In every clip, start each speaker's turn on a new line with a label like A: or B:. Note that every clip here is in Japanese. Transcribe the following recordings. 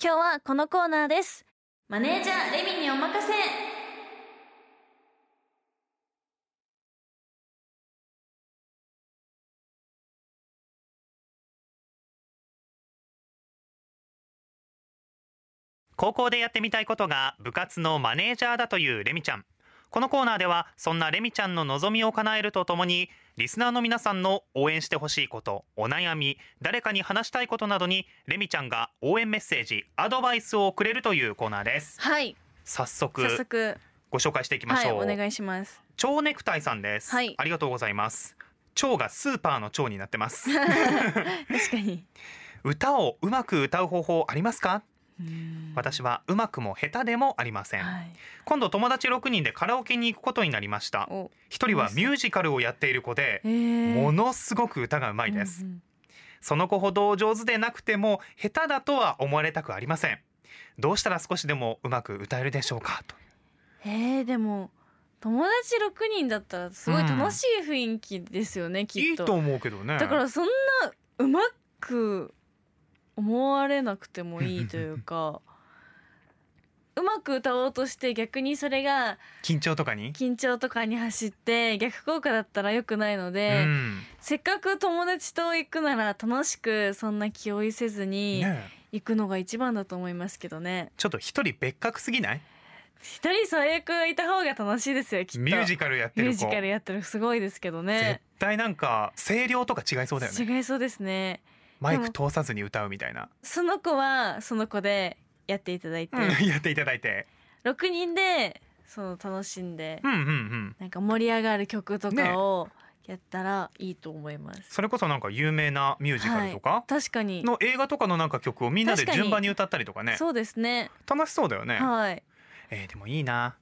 A: 今日はこのコーナーです。マネージャーレミにお任せ
B: 高校でやってみたいことが部活のマネージャーだというレミちゃんこのコーナーではそんなレミちゃんの望みを叶えるとともにリスナーの皆さんの応援してほしいことお悩み誰かに話したいことなどにレミちゃんが応援メッセージアドバイスをくれるというコーナーです
A: はい、
B: 早速
A: 早速、
B: ご紹介していきま
A: は
B: し
A: い、
B: ょう、
A: お願いします。
B: 蝶ネクタイさんです、
A: はい
B: ありがとうございます蝶がスーパーの蝶になってます
A: 確かに。
B: 歌をうまく歌う方法ありますか 私はうまくも下手でもありません、
A: はい。
B: 今度友達6人でカラオケに行くことになりました
A: お、
B: 一人はミュージカルをやっている子で
A: えー
B: ものすごく歌がうまいです、
A: うんうん
B: その子ほど上手でなくても下手だとは思われたくありませんどうしたら少しでもうまく歌えるでしょうかと
A: えー、でも友達六人だったらすごい楽しい雰囲気ですよね、きっと。
B: いいと思うけどね
A: だからそんなうまく思われなくてもいいという かうまく歌おうとして逆にそれが
B: 緊張とかに、
A: 緊張とかに走って逆効果だったら良くないの
B: う
A: で、
B: ん
A: せっかく友達と行くなら楽しくそんな気負いせずに
B: ねえ
A: 行くのが一番だと思いますけどね
B: ちょっと一人別格すぎない
A: 一人最悪いた方が楽しいですよきっと
B: ミュージカルやって
A: ミュ
B: る
A: ージ
B: 子
A: カルやってるすごいですけど
B: 絶
A: ね
B: 対なんか声量とか違いそうだよね
A: 違いそうですね
B: マイク通さずに歌うみたいな、
A: その子はその子でやっていただいて、
B: やっていただいて
A: 6人でその楽しんで、
B: うんうんうん
A: なんか盛り上がる曲とかをやったらいいと思います、
B: それこそなんか有名なミュージカルとか
A: 確かに、
B: の映画とかのなんか曲をみんなで
A: 確かに
B: 順番に歌ったりとかね
A: そうですね
B: 楽しそうだよね、
A: はい
B: えーでもいいな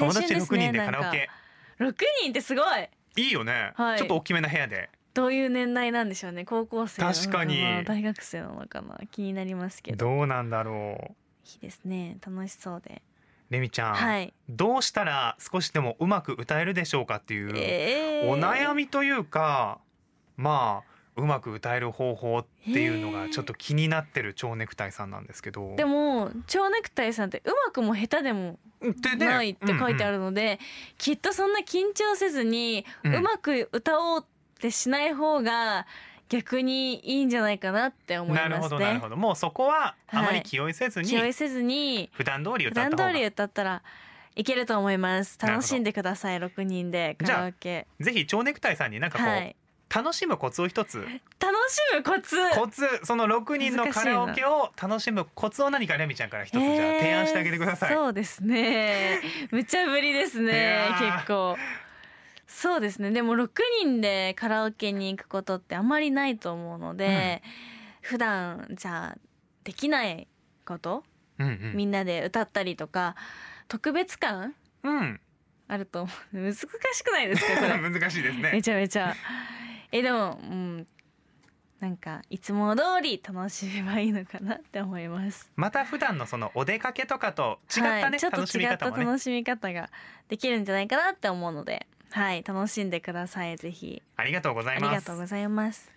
A: 青
B: 友
A: 春
B: 達
A: で
B: 6
A: すね
B: 人でカラオ
A: な
B: ケ
A: んか6人ってすごい
B: いいよね、
A: はい
B: ちょっと大きめな部屋で
A: どういう年代なんでしょうね高校生なのかな
B: 確かに
A: 大学生なのかな気になりますけど
B: どうなんだろ
A: いいですね楽しそうで
B: うレミちゃん、
A: はい、
B: どうしたら少しでもうまく歌えるでしょうかっていう、
A: えー
B: お悩みというかまあうまく歌える方法っていうのがちょっと気になってる蝶ネクタイさんなんですけど。
A: でも蝶ネクタイさんってうまくも下手でも
B: でね
A: ないって書いてあ
B: うんうん
A: るので、きっとそんな緊張せずに、
B: う
A: うんまく歌おうってしない方が逆にいいんじゃないかなって思い
B: なる
A: ま
B: ほ
A: す
B: どなる
A: ね
B: ほ。どもうそこはあま
A: は
B: り
A: い
B: 気負いせずに、
A: 気負いせずに
B: 普段通り
A: 普
B: 歌っ
A: 段
B: た方
A: 通
B: が
A: り歌ったらいけると思います。
B: なるほど
A: 楽しんでください6人でカラオケ。
B: ぜひ蝶ネクタイさんになんかこう、
A: はい。
B: 楽しむコツを一 つ
A: 楽しむコツ。
B: コツその6人のカラオケを楽しむコツを何かレミちゃんから一つじゃあ
A: えー
B: 提案してあげてください、
A: そうですね。無茶ぶりです
B: い
A: ね
B: や。ー
A: 結構。そうですね。でも6人でカラオケに行くことってあまりないと思うので、普段じゃあできないこと、
B: うん
A: みんなで歌ったりとか特別感
B: うんうん
A: あると思う。難しくないですかこれ。
B: 難しいです
A: め
B: ね
A: ちゃめちゃ。えでもうん。なんかいつも通り楽しめばいいのかなって思います。
B: また普段のそのお出かけとかと違ったね、
A: はい、ちょっと
B: 楽しみ
A: 違った
B: 方もね
A: 楽しみ方ができるんじゃないかなって思うので、はい、楽しんでください。ぜひ。
B: ありがとうござ
A: あ
B: い
A: り
B: ま
A: が
B: す
A: とうございます。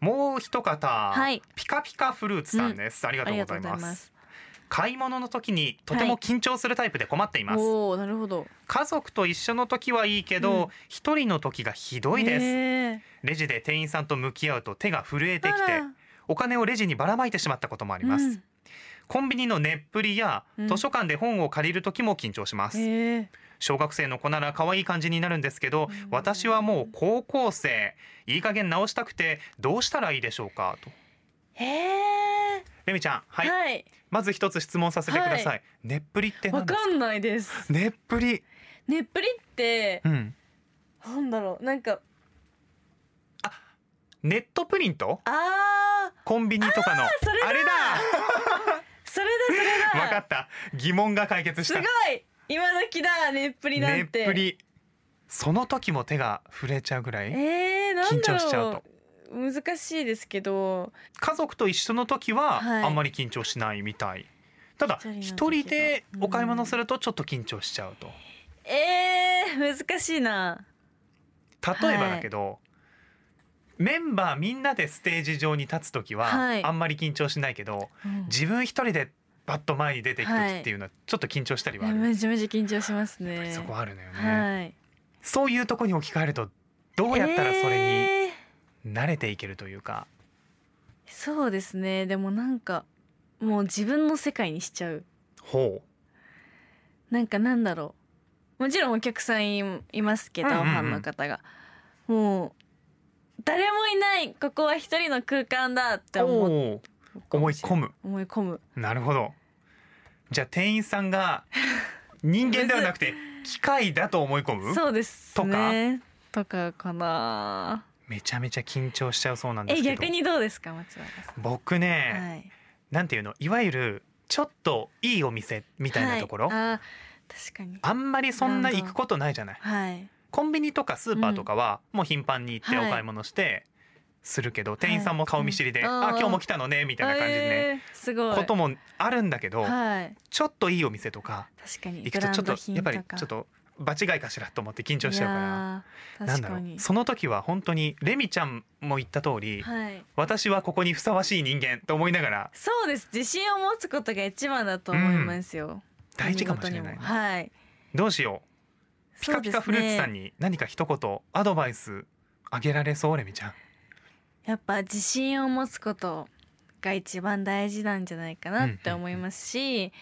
B: もう一方、
A: はい
B: ピカピカフルーツさんです、ありが
A: あ
B: とう
A: りが
B: ご
A: とう
B: ざい
A: ござい
B: ます
A: ます。
B: 買い物の時にとても緊張するタイプで困っています、
A: おお、なるほど。
B: 家族と一緒の時はいいけ
A: うん
B: ど一、人の時がひどいです、
A: へー
B: レジで店員さんと向き合うと手が震えてき
A: あ
B: て
A: ら
B: お金をレジにばらまいてしまったこともあります、
A: うん
B: コンビニのネップリや
A: うん
B: 図書館で本を借りる時も緊張します、
A: へー
B: 小学生の子なら可愛い感じになるんですけど
A: うん
B: 私はもう高校生いい加減直したくてどうしたらいいでしょうかと
A: へえ。
B: レミちゃんはい、
A: はい。
B: まず一つ質問させてください、
A: は
B: ネップリって
A: わ
B: 何です
A: か
B: か
A: んないです。
B: ネップリ
A: ねっぷりって
B: う、ん
A: なんだろう、なんか、
B: ネットプリント
A: ああ、
B: コンビニとかのあ
A: それだ
B: れだ
A: それだ、それだ。
B: わかった疑問が解決し
A: す
B: た
A: ごい。今時だ、ねっぷりなんて。
B: ねっぷりその時も手が震えちゃうぐらい
A: えー、なん
B: 緊
A: だ
B: 張しちゃう
A: ろ
B: と
A: う難しいですけど
B: 家族と一緒の時は
A: はい
B: あんまり緊張しないみたいただ
A: 一人の時は
B: 一人でお買い物するとちょっと緊張しちゃうと
A: えー、難しいな
B: 例えばだけど、メンバーみんなでステージ上に立つ時は
A: はい
B: あんまり緊張しないけど、自分一人でバッと前に出ていく時っていうのはちょっと緊張したりはある、
A: めちゃめちゃ緊張しますね
B: そこはあるのよね、
A: はい
B: そういうとこに置き換えるとどうやったらそれ
A: えー
B: に慣れていけるというか、
A: そうですねでもなんかもう自分の世界にしちゃう
B: ほ
A: なんかなんだろうもちろんお客さんいいますけど、
B: うんうんうん
A: ファンの方がもう誰もいないここは一人の空間だって
B: う
A: 思う
B: おー思い込む
A: 思い込む
B: なるほどじゃあ店員さ んが人間ではなくて機械だと思い込む
A: そうですねとかかな
B: めちゃめちゃ緊張しちゃうそうなんで
A: え
B: すけど
A: 逆にどうですか松原さ
B: 僕ね、
A: ん、はい、
B: なんていうのいわゆるちょっといいお店みたいなところ、
A: はい、あー確かに
B: あんまりそん
A: な
B: な
A: るほ
B: 行
A: ど
B: くことないじゃない
A: はい
B: コンビニとかスーパーとかはもう頻繁に行って
A: は
B: お
A: い
B: 買い物してするけど、店員さんも顔見知りで「
A: はいうん
B: あ今日も来たのね」みたいな感じでね、
A: えーすごい
B: こともあるんだけど、
A: はい
B: ちょっといいお店とか
A: 確かに
B: 行くとちょ
A: ブランド
B: っと
A: 品
B: やっぱり
A: か
B: ちょっと場違いかしらと思って緊張しちゃうから。
A: いやー
B: なん
A: 確
B: だろ
A: か
B: う
A: に
B: その時は本当にレミちゃんも言った通り、
A: はい
B: 私はここにふさわしい人間と思いながら
A: そうです自信を持つことが一番だと思いますよ、
B: 大事かもしれない
A: 何事に
B: ね
A: もはい
B: どうしようピカピカフルーツさ
A: そうんですね
B: に何か一言アドバイスあげられそうレミちゃん
A: やっぱ自信を持つことが一番大事なんじゃないかなって思いますし、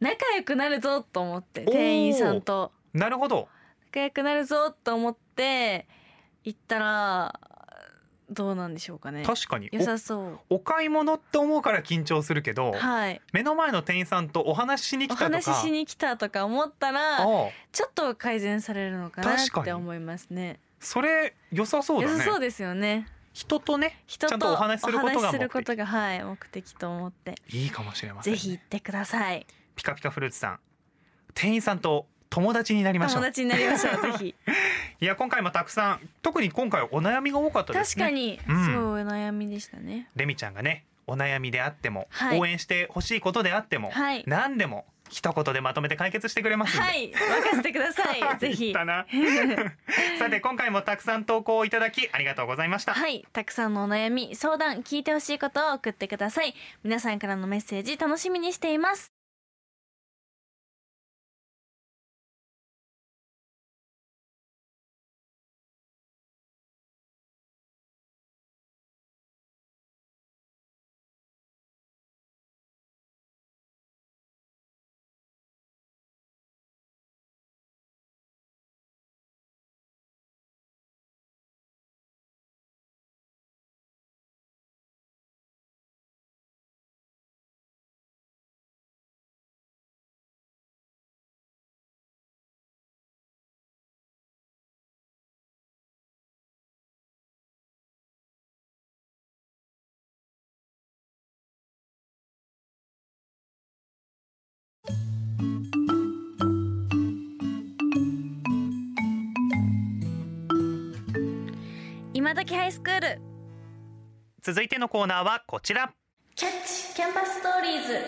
A: 仲良くなるぞと思って
B: おー
A: 店員さんと
B: なるほど
A: 仲良くなるぞと思って行ったらどうなんでしょうかね
B: 確かに
A: 良さそう
B: おお買い物って思うから緊張するけど
A: はい
B: 目の前の店員さんとお話ししに
A: お
B: 来たと
A: 話し
B: か
A: しに来たとか思ったら
B: ああ
A: ちょっと改善されるのかな
B: 確か
A: っ
B: に
A: て思いますね。
B: それ良さそう
A: 良
B: だ
A: さ
B: ね
A: そうですよね。
B: 人とね
A: 人
B: ちゃ
A: と
B: んとお話しすること
A: お
B: が
A: 話
B: 目
A: しする
B: 的
A: ことがはい目的と思って
B: いいかもしれません
A: ぜ
B: ね
A: ひ行ってください。
B: ピカピカフルーツさん店員さんと友達になりましょ
A: 友
B: う
A: 達になりましょうぜひ。
B: いや今回もたくさん特に今回お悩みが多かったで
A: 確
B: すね
A: かに、
B: うん
A: すごいお悩みでしたね。
B: レミちゃんがねお悩みであっても、
A: はい
B: 応援してほしいことであっても、
A: はい
B: 何でも一言でまとめて解決してくれますんで、
A: はい任せてくださ いぜ
B: 言
A: ひ
B: った。 なさて今回もたくさん投稿をいただきありがとうございました、
A: はいたくさんのお悩み相談聞いてほしいことを送ってください皆さんからのメッセージ楽しみにしています今時ハイスクール
B: 続いてのコーナーはこちら
A: キャッチキャンパスストーリーズ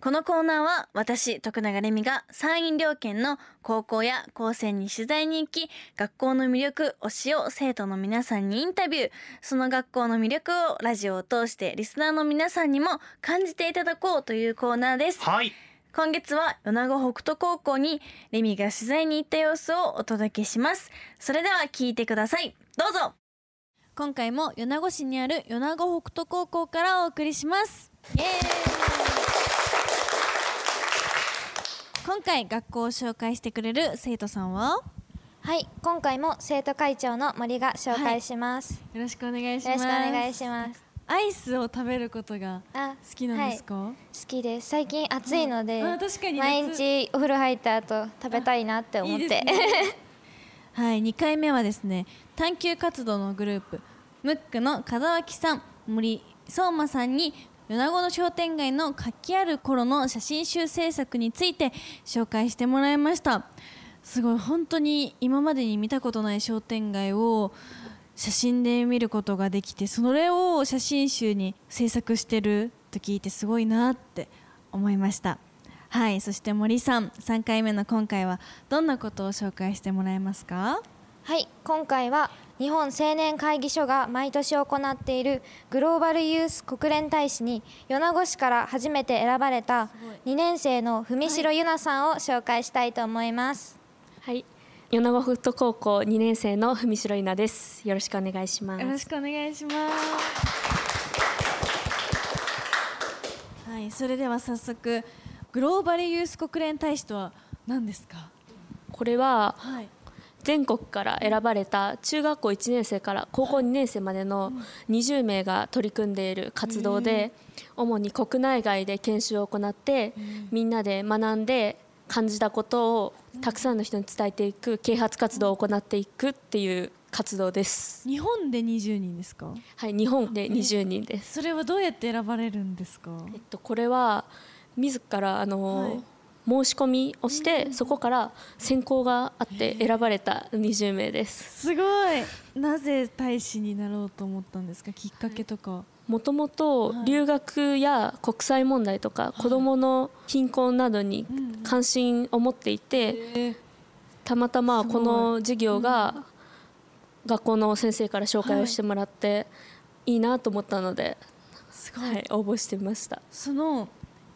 A: このコーナーは私徳永レミが山陰両県の高校や高専に取材に行き学校の魅力推しを生徒の皆さんにインタビューその学校の魅力をラジオを通してリスナーの皆さんにも感じていただこうというコーナーです
B: はい
A: 今月は米子北斗高校にレミが取材に行った様子をお届けしますそれでは聞いてくださいどうぞ今回も米子市にある米子北斗高校からお送りしますイエーイ今回学校を紹介してくれる生徒さんは
C: はい、今回も生徒会長の森が紹介します。
D: よろしくお願いしま
C: よろ
D: す。
C: しくお願いします。
D: アイスを食べることが
C: あ
D: 好きなんですか？
C: 好きです。最近暑いので、
D: うんあ確かに夏
C: 毎日お風呂入った後食べたいなって思って。
D: いいです ねはい、2回目はですね、探究活動のグループムックの風脇さん、森相馬さんに米子の商店街の活気ある頃の写真集制作について紹介してもらいました。すごい本当に今までに見たことない商店街を写真で見ることができてそれを写真集に制作してると聞いてすごいなって思いましたはいそして森さん3回目の今回はどんなことを紹介してもらえますか
C: はい、今回は日本青年会議所が毎年行っているグローバルユース国連大使に米子市から初めて選ばれた2年生の文城ゆなさんを紹介したいと思います。
E: はい、米子フット高校2年生の文城稲です。よろしくお願いしま
A: よろ
E: す。
A: しくお願いします。はい、それでは早速グローバルユース国連大使とは何ですか。
E: これは
A: はい。
E: 全国から選ばれた中学校1年生から高校2年生までの20名が取り組んでいる活動で、主に国内外で研修を行って、みんなで学んで感じたことをたくさんの人に伝えていく啓発活動を行っていくっていう活動です。
A: 日本で20人ですか。
E: はい、日本で20人です。
A: それはどうやって選ばれるんですか。
E: えっと、これは自らあの、
A: はい
E: 申し込みをしてそこから選考があって選ばれた20名です
A: すごい。なぜ大使になろうと思ったんですか。きっかけとか。
E: もともと
A: はい
E: 留学や国際問題とか子どもの貧困などに
A: うんうん
E: 関心を持っていてたまたます
A: ご
E: こ
A: い
E: の授業が学校の先生から紹介をしてもらっていいなと思ったので、
A: すごい。
E: はい、応募してみました。
A: その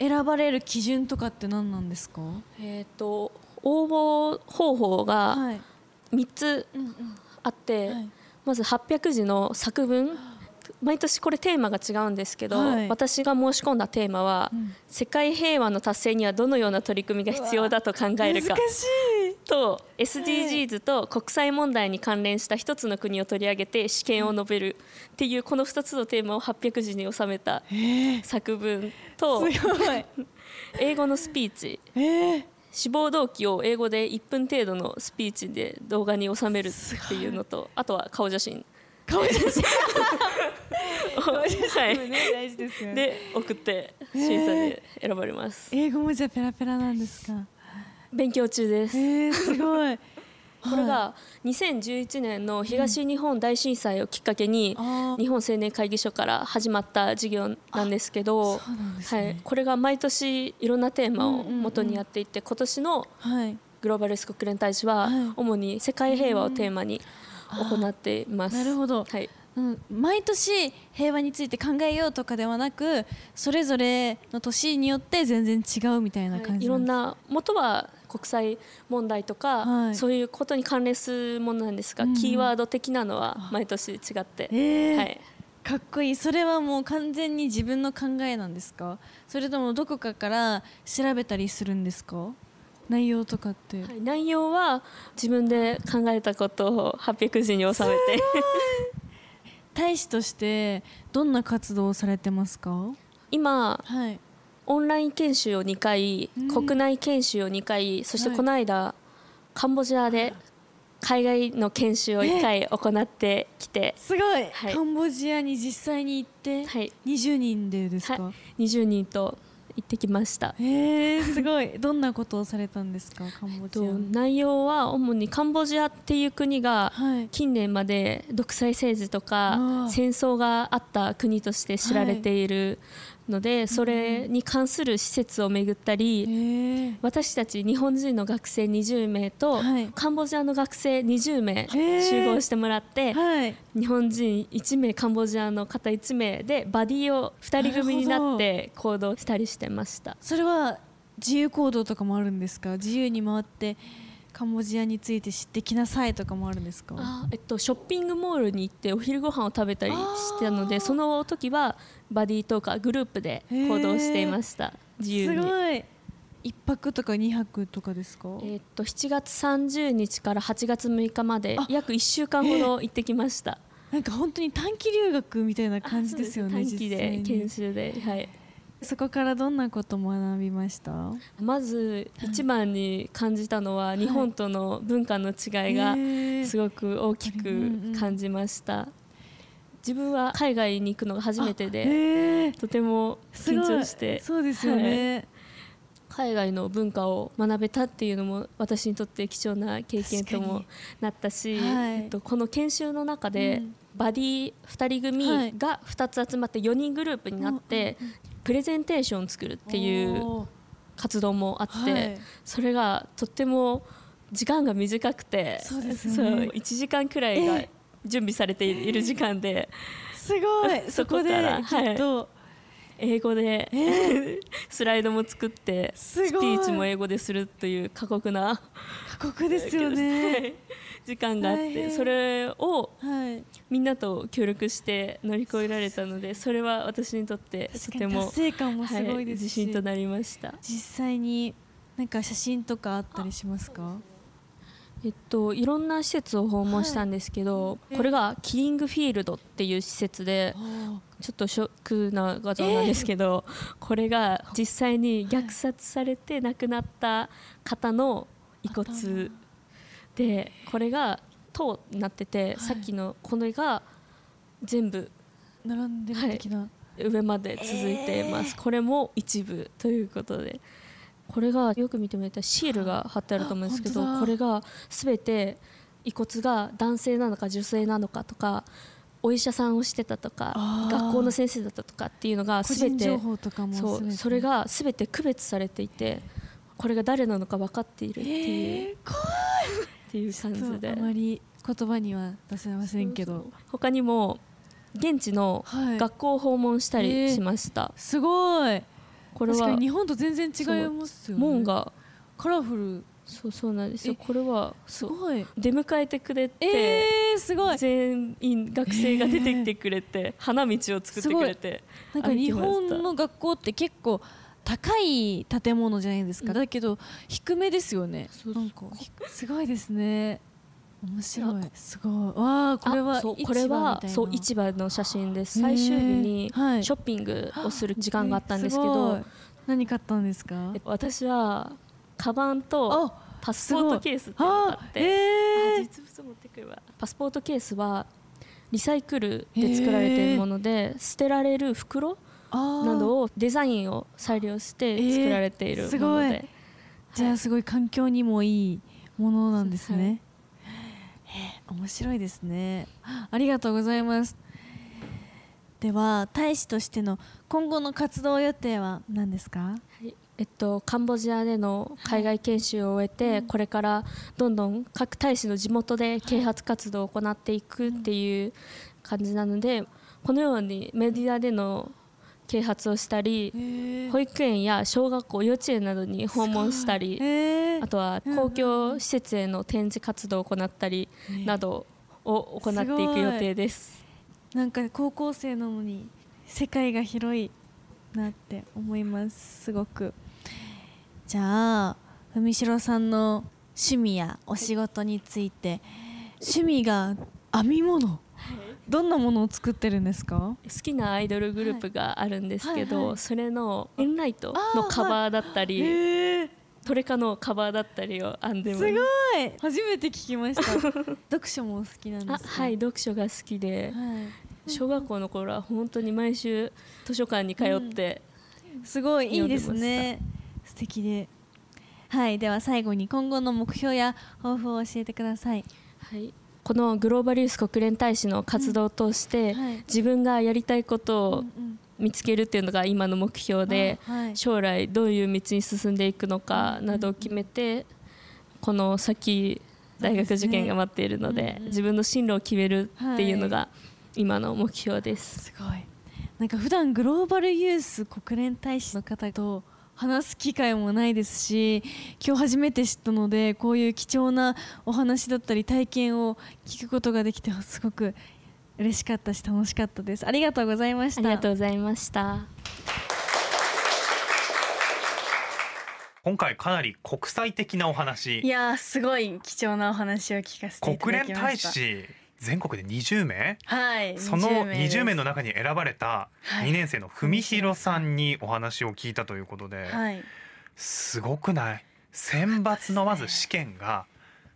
A: 選ばれる基準とかって何なんですか。
E: えっと応募方法が
A: い。
E: 3つ
A: うんうん。
E: あって、
A: はい
E: まず800字の作文毎年これテーマが違うんですけど、
A: はい
E: 私が申し込んだテーマは、
A: うん
E: 世界平和の達成にはどのような取り組みが必要だと考え
A: 難
E: る
A: し
E: か
A: い。
E: と SDGs と国際問題に関連した一つの国を取り上げて試験を述べるっていうこの2つのテーマを800字に収めた作文と
A: すごい。
E: 英語のスピーチ
A: ええ
E: 志望動機を英語で1分程度のスピーチで動画に収めるっていうのとあとは顔写真
A: 顔写真
E: はい、
A: ね大事ですよね。
E: で送って審査で選ばれます、
A: 英語もじゃあペラペラなんですか。
E: 勉強中です、
A: えー、すごい。
E: これが2011年の東日本大震災をきっかけに、
A: あ
E: 日本青年会議所から始まった授業なんですけど
A: そうなんですね
E: はい、これが毎年いろんなテーマを元にやっていて、今年の
A: はい。
E: グローバルス国連大使は
A: はい
E: 主に世界平和をテーマに行っています、
A: あーなるほど
E: はい、
A: うん、毎年平和について考えようとかではなく、それぞれの年によって全然違うみたいな感じ。
E: いろん。な元は国際問題とか、
A: はい
E: そういうことに関連するものなんですが、
A: うんうん
E: キーワード的なのは毎年違って、
A: えー
E: はい、
A: かっこいい。それはもう完全に自分の考えなんですか。それともどこかから調べたりするんですか。内容とかって。
E: はい内容は自分で考えたことを800字に収めて
A: 大使としてどんな活動をされてますか。
E: 今
A: はい。
E: オンライン研修を2回、
A: うん
E: 国内研修を2回そして
A: はい
E: この間、カンボジアで海外の研修を1回行ってきて、
A: すごい、
E: はい
A: カンボジアに実際に行って、
E: はい
A: 20人でですか、
E: はい、20人と行ってきました。
A: えー、すごいどんなことをされたんですかカンボジア
E: と内容は主にカンボジアっていう国が
A: はい
E: 近年まで独裁政治とか
A: あー
E: 戦争があった国として知られているのでそれに関する施設を巡った
A: え
E: り
A: ー、
E: 私たち日本人の学生20名と
A: はい
E: カンボジアの学生20名
A: ー
E: 集合してもらって
A: はい
E: 日本人1名カンボジアの方1名でバディを2人組になって行動したりしてました。
A: それは自由行動とかもあるんですか自由に回ってカンボジアについて知ってきなさいとかもあるんですか
E: あえっと、ショッピングモールに行ってお昼ご飯を食べたりしてたのでその時はバディとかグループで行動していました自由
A: す
E: に、
A: ごい一泊とか二泊とかですか
E: えっと、7月30日から8月6日まで
A: あ
E: 約1週間ほど行ってきました、
A: なんか本当に短期留学みたいな感じですよね
E: 短期
A: 実
E: で
A: 際
E: 研
A: に
E: 修で、はい、
A: そこからどんなこと学びました
E: まず一番に感じたのは日本との文化の違いが
A: へー
E: すごく大きく感じました自分は海外に行くのが初めて
A: え
E: で
A: ー
E: とても
A: す
E: 緊
A: ごい
E: 張して
A: そうですよ
E: はい
A: ね、
E: 海外の文化を学べたっていうのも私にとって貴重な経験と
A: 確か
E: も
A: に
E: なったし、
A: はい
E: えっと、この研修の中で、
A: うん
E: バディ2人
A: はい
E: 組が2つ集まって4人グループになって、プレゼンテーションを作るっていう
A: おー
E: 活動もあって、
A: はい
E: それがとっても時間が短くて
A: そうですよね
E: そう1時間くらい
A: え
E: が準備されている時間で、
A: すごいそ
E: そ
A: こ
E: こ
A: で
E: から
A: ちょっと、
E: 英語で、 スライドも作って
A: すごい
E: スピーチも英語でするという過酷な
A: 過酷ですよね
E: 時間があっ
A: 大
E: て
A: 変
E: それを
A: はい
E: みんなと協力して乗り越えられたのでそれは私にとってと
A: 確か
E: て
A: に
E: も
A: 達成感もす
E: は
A: ごい
E: い
A: です
E: 自
A: し、
E: 信となりました。
A: 実際になんか写真とかあったりしますか
E: えっと、いろんな施設を訪問したんですけど、これがキリングフィールドっていう施設でちょっとショックな画像なんですけど、これが実際に虐殺されて亡くなった方の遺骨でこれが塔になってて、さっきのこれが全部
A: 並んでる的な、
E: 上まで続いています、これも一部ということでこれがよく見てもらったらシールが貼ってあると思うんですけど
A: あ本
E: これが全て遺骨が男性なのか女性なのかとかお医者さんをしてたとか
A: あー
E: 学校の先生だったとかっていうのが
A: 個人
E: 全て
A: 情報とかも
E: そ
A: 全
E: う
A: て
E: それが全て区別されていてこれが誰なのか分かっているっていう、
A: えー
E: っていう感
A: ちょっ
E: じ
A: と
E: で
A: あまり言葉には出せませんけど
E: 他にも現地の
A: はい
E: 学校を訪問したりしました、
A: すごい
E: これ
A: 確か
E: は
A: に日本と全然違いますよね
E: 門が
A: カラフル
E: そうそうなんですよ。
A: え
E: これは
A: す
E: そう
A: ごい
E: 出迎えてくれて、
A: えー、すごい
E: 全員学生が出てきてくれて、花道を作ってくれて、
A: なんか
E: 歩き
A: 日
E: ました
A: 本の学校って結構高い建物じゃないですか、
E: うん
A: だけど低めですよね
E: そうそう
A: なんかすごいですね面白い
E: あ
A: すごいわあこれは
E: あそう
A: 市
E: これ
A: 場み
E: は
A: たいな
E: そう市場の写真です。
A: へー
E: 最終日にシ
A: はい
E: ョッピングをする時間があったんですけ
A: ご
E: ど、
A: い何買ったんですか
E: え私はカバンと
A: あ
E: パスポートケースっていうのがあって、
A: あえ
E: あ
A: ー
E: 実物持ってくればパスポートケースはリサイクルで作られているもので、捨てられる袋
A: あー
E: などをデザインを採用して作られているもので、
A: えーすごいじゃあすごい環境にもいいものなんですね。へえ面白いですね。ありがとうございます。
F: では大使としての今後の活動予定は
A: 何ですか？
E: はいえっと、カンボジアでの海外研修を終えて、これからどんどん各大使の地元で啓発活動を行っていくっていう感じなのでこのようにメディアでの啓発をしたり保育園や小学校幼稚園などに訪問したり
A: えー
E: あとは公共施設への展示活動を行ったりなどを行っていく予定です。
A: なんか高校生なのに世界が広いなって思います。すごく。
F: じゃあ文城さんの趣味やお仕事について
A: 趣味が編み物。どんなものを作ってるんですか？
E: 好きなアイドルグループがあるんですけど、
A: はいはい
E: それのエンライトのカバーだったり、
A: え
E: トレカのカバーだったりを編んでます
A: ごい。初めて聞きま した。読書もお好きなんで
E: あ
A: す、ね。
E: はい読書が好きで
A: はい。
E: 小学校の頃は本当に毎週図書館に通って、
A: すごいいいです
E: 読んで
A: ね素敵ではいでは最後に今後の目標や抱負を教えてください
E: はい、このグローバリウス国連大使の活動を通して、
A: はい
E: 自分がやりたいことを
A: ん
E: 見つけるっていうのが今の目標で、
A: あはい
E: 将来どういう道に進んでいくのかなどを決めて、この先大学受験が待っているので自分の進路を決めるっていうのが今の目標です。
A: すごいなんか普段グローバルユース国連大使の方と話す機会もないですし今日初めて知ったのでこういう貴重なお話だったり体験を聞くことができてすごく嬉しかったし楽しかったですありがとうございまし
E: あ
A: た
E: りがとうございました。
B: 今回かなり国際的なお話
G: いやーすごい貴重なお話を聞かせていた
B: 国
G: だき
B: 連
G: ま
B: 大
G: した
B: 使全国で20名
G: はい
B: その
G: です
B: 20名の中に選ばれた
G: はい
B: 2年生の文弘さんにお話を聞いたということで、
G: はい
B: すごくない選抜のまず試験が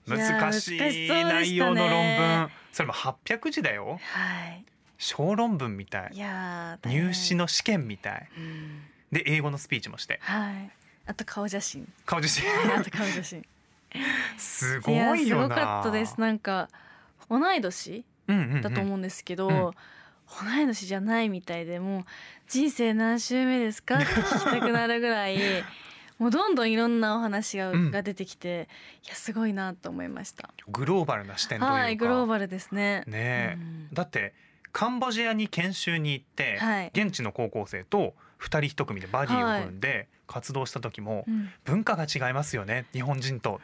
B: 難し
G: いやー難し
B: い
G: そうでしたね
B: 内容の論文それも800字だよ
G: はい
B: 小論文みた
G: い
B: い
G: やー
B: 入試、の試験みたい
G: 大変うん
B: で英語のスピーチもして
G: はいあと顔写真
B: 顔 自身
G: あと顔写真
B: すご
G: いや
B: い
G: す
B: よ
G: ご
B: な
G: かったですなんか同い年
B: うんうんうん
G: だと思うんですけど、
B: うん
G: 同い年じゃないみたいでもう人生何周目ですかって聞きたくなるぐらい
A: もうどんどんいろんなお話が,、
B: うん
A: が出てきていやすごいなと思いました
B: グローバルな視点というか、
A: はいグローバルですね
B: ねえ、だってカンボジアに研修に行って、
A: はい
B: 現地の高校生と二人一組でバディを組んで活動した時も、
A: うん
B: 文化が違いますよね日本人と、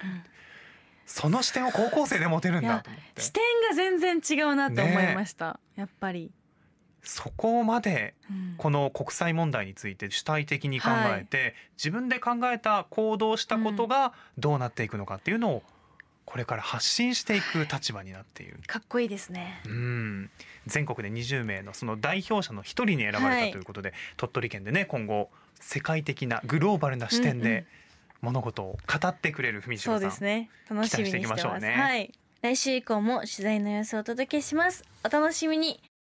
B: その視点を高校生で持てるんだと思って
A: 視点が全然違うなと思いました、やっぱり、
B: そこまで
A: うん
B: この国際問題について主体的に考えて、自分で考えた行動したことがどうなっていくのかっていうのをこれから発信していく立場になっている。
A: かっこいいですね
B: うん全国で20名のその代表者の一人に選ば
A: は
B: れ
A: い
B: たということで、鳥取県でね今後世界的なグローバルな視点
A: うんうん
B: で物事を語ってくれる文
A: そ
B: 城
A: う
B: さん、
A: ですね楽しみにして
B: 期待していきま
A: ま
B: しょう
A: す
B: ね
A: はい来週以降も取材の様子をお届けしますお楽しみに